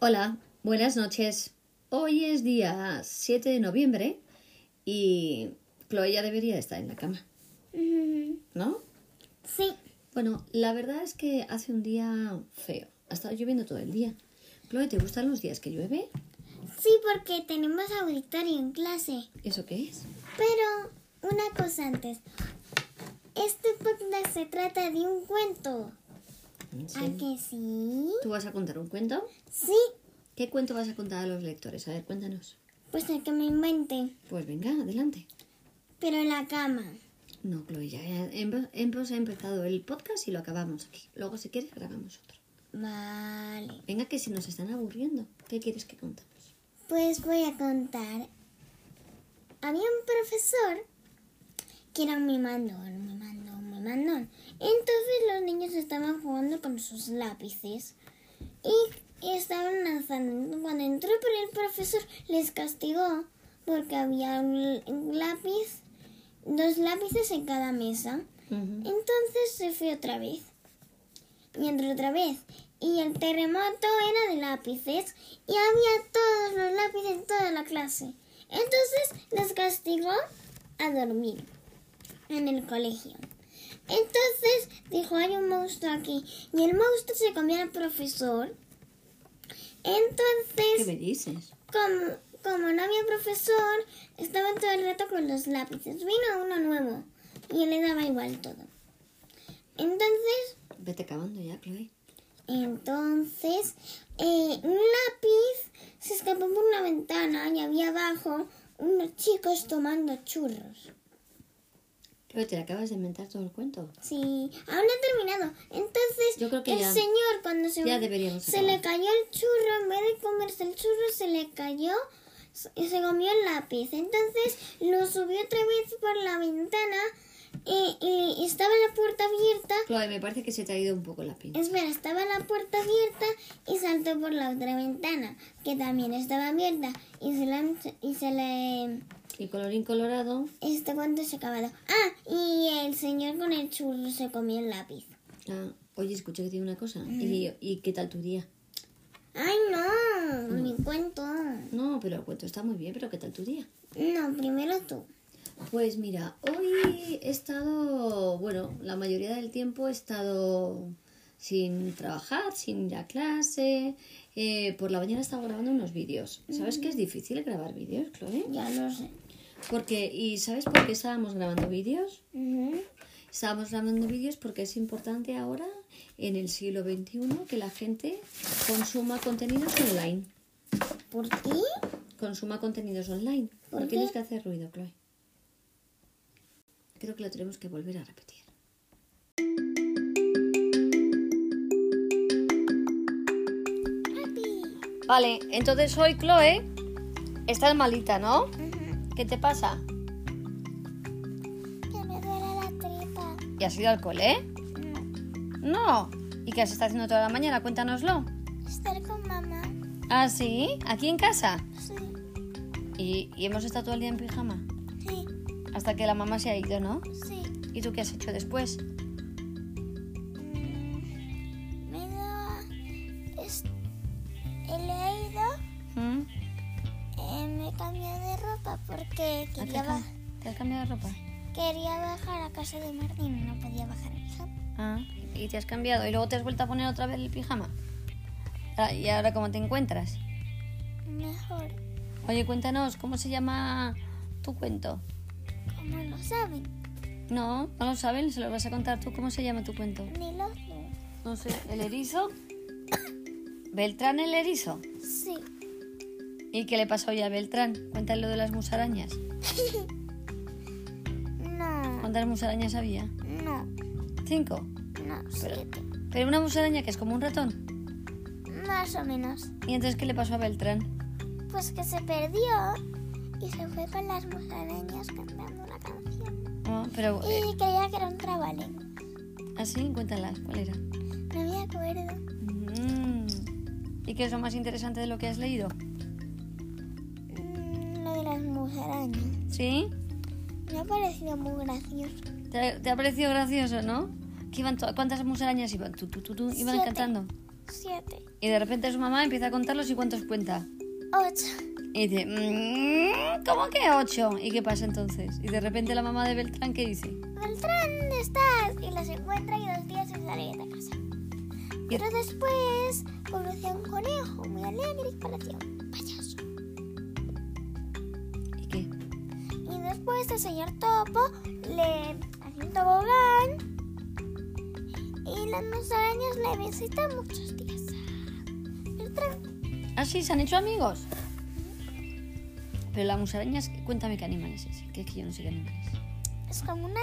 Hola, buenas noches. Hoy es día 7 de noviembre y Chloe ya debería estar en la cama, Mm, ¿no? Sí. Bueno, la verdad es que hace un día feo. Ha estado lloviendo todo el día. Chloe, ¿te gustan los días que llueve? Sí, porque tenemos auditorio en clase. ¿Eso qué es? Pero una cosa antes. Este podcast se trata de un cuento. ¿A que sí? ¿Tú vas a contar un cuento? Sí. ¿Qué cuento vas a contar a los lectores? A ver, cuéntanos. Pues el que me invente. Pues venga, adelante. Pero en la cama. No, Chloe, ya hem- hemos empezado el podcast y lo acabamos aquí. Luego, si quieres, grabamos otro. Vale. Venga, que si nos están aburriendo, ¿qué quieres que contemos? Pues voy a contar. Había un profesor que era un mimandón, un mimandón, un mimandón. Entonces los niños estaban jugando con sus lápices y estaban lanzando. Cuando entró por el profesor les castigó porque había un un lápiz, dos lápices en cada mesa. Entonces se fue otra vez. Y entró otra vez. Y el terremoto era de lápices. Y había todos los lápices en toda la clase. Entonces les castigó a dormir en el colegio. Entonces dijo, hay un monstruo aquí. Y el monstruo se comió al profesor. ¿Qué Entonces me dices? como, como no había profesor, estaba todo el rato con los lápices. Vino uno nuevo y él le daba igual todo. Entonces, Vete acabando ya, Chloe. entonces, eh, un lápiz se escapó por una ventana y había abajo unos chicos tomando churros. Chloe, te acabas de inventar todo el cuento. Sí, aún no he terminado. Entonces, Yo creo que el ya- señor cuando se, ya deberíamos se acabar. le cayó el churro, en vez de comerse el churro, se le cayó s- y se comió el lápiz. Entonces lo subió otra vez por la ventana y, y- y estaba la puerta abierta. Chloe, me parece que se te ha ido un poco la pinta. Espera, estaba la puerta abierta y saltó por la otra ventana, que también estaba abierta. Y se la- y se le Y colorín colorado, este cuento se ha acabado. Ah, y el señor con el churro se comió el lápiz. ah, oye, escuché que tiene una cosa. ¿Y, y qué tal tu día? Ay, no, mi cuento. No, pero el cuento está muy bien, pero ¿qué tal tu día? No, primero tú. Pues mira, hoy he estado, bueno, la mayoría del tiempo he estado sin trabajar, sin ir a clase. Eh, por la mañana he estado grabando unos vídeos. ¿Sabes que es difícil grabar vídeos, Chloe? Ya lo sé. Porque, ¿y sabes por qué estábamos grabando vídeos? Ujú. Estábamos grabando vídeos porque es importante ahora, en el siglo XXI, que la gente consuma contenidos online. ¿Por ti? Consuma contenidos online. ¿Por no qué? tienes que hacer ruido, Chloe. Creo que lo tenemos que volver a repetir. Vale, entonces hoy, Chloe, estás malita, ¿no? ¿Qué te pasa? Que me duele la tripa. ¿Y has ido al cole, eh? Mm. No. ¿Y qué has estado haciendo toda la mañana? Cuéntanoslo. Estar con mamá. Ah, sí, aquí en casa. Sí, Y, y hemos estado todo el día en pijama. sí, Hasta que la mamá se ha ido, ¿no? sí. ¿Y tú qué has hecho después? Me da... He leído, ¿Mm? eh, me he cambiado de ropa porque ¿Ah, ¿Te, has cam- te has cambiado de ropa? quería bajar a casa de Martín y no podía bajar a mi cama. Ah, y te has cambiado. ¿Y luego te has vuelto a poner otra vez el pijama? Ah, ¿Y ahora cómo te encuentras? Mejor, Oye, cuéntanos, ¿cómo se llama tu cuento? como lo saben, No, no lo saben, se lo vas a contar tú. ¿Cómo se llama tu cuento? ni los luz. No sé, el erizo. Beltrán el erizo. Sí. ¿Y qué le pasó hoy a Beltrán? Cuéntale lo de las musarañas. No, ¿Cuántas musarañas había? no, Cinco. no, siete. Pero una musaraña que es como un ratón. Más o menos. ¿Y entonces qué le pasó a Beltrán? Pues que se perdió y se fue con las musarañas cantando una canción. No, pero eh, Y creía que era un trabalenguas. así, cuéntalas, ¿cuál era? No me acuerdo. Mm. ¿Y qué es lo más interesante de lo que has leído? Mm, Lo de las musarañas. ¿Sí? Me ha parecido muy gracioso. ¿Te ha, te ha parecido gracioso, no? Que iban to- ¿Cuántas musarañas iban? Tú, tú, tú, tú, iban Siete. cantando. siete, Y de repente su mamá empieza a contarlos y cuántos cuenta. ocho. Y dice, "Mm, ¿cómo que ocho? ¿Y qué pasa entonces? Y de repente la mamá de Beltrán, ¿qué dice? Beltrán, ¿dónde estás? Y los encuentra y dos días se salir de casa. Y- Pero después conoce a un conejo muy alegre y parecía un payaso. ¿Y qué? Y después el señor Topo le hace un tobogán y las musarañas le visitan muchos días. Beltrán, Ah, sí, se han hecho amigos. Pero la musaraña, es- cuéntame qué animal es ese, que es que yo no sé qué animal es. es como una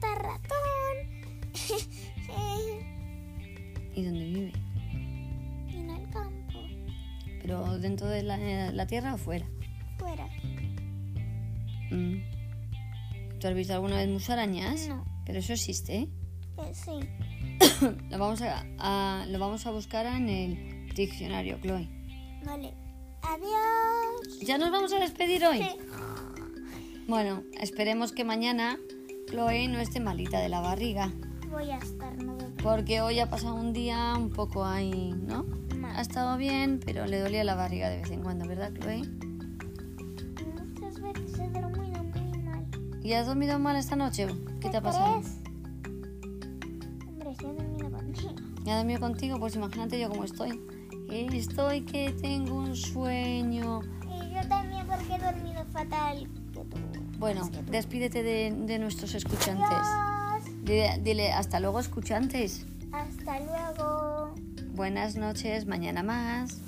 rata ratón ¿Y dónde vive? en el campo, ¿Pero dentro de la, eh, la tierra o fuera? fuera. Mm. ¿Tú has visto alguna vez musarañas? No. Pero eso existe, ¿eh? Eh, sí, lo, vamos a, a- lo vamos a buscar en el diccionario, Chloe. vale. Adiós. ¿Ya nos vamos a despedir hoy? Sí. Bueno, esperemos que mañana Chloe no esté malita de la barriga. Voy a estar nuevo. Porque hoy ha pasado un día un poco ahí, ¿no? Mal. Ha estado bien, pero le dolía la barriga de vez en cuando, ¿verdad, Chloe? Muchas veces he dormido muy mal. ¿Y has dormido mal esta noche? ¿Qué te ha Pues, pasado? crees? Hombre, yo he dormido contigo. ¿Me ha dormido contigo? Pues imagínate yo cómo estoy. Estoy que tengo un sueño. Y yo también porque he dormido fatal que tú. Bueno, despídete de, de nuestros escuchantes. Adiós. Dile, dile, hasta luego, escuchantes. Hasta luego. Buenas noches, mañana más.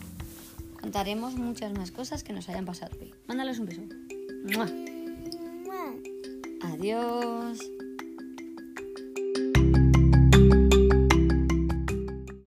Contaremos muchas más cosas que nos hayan pasado hoy. Mándales un beso. ¡Mua! Mua. Adiós.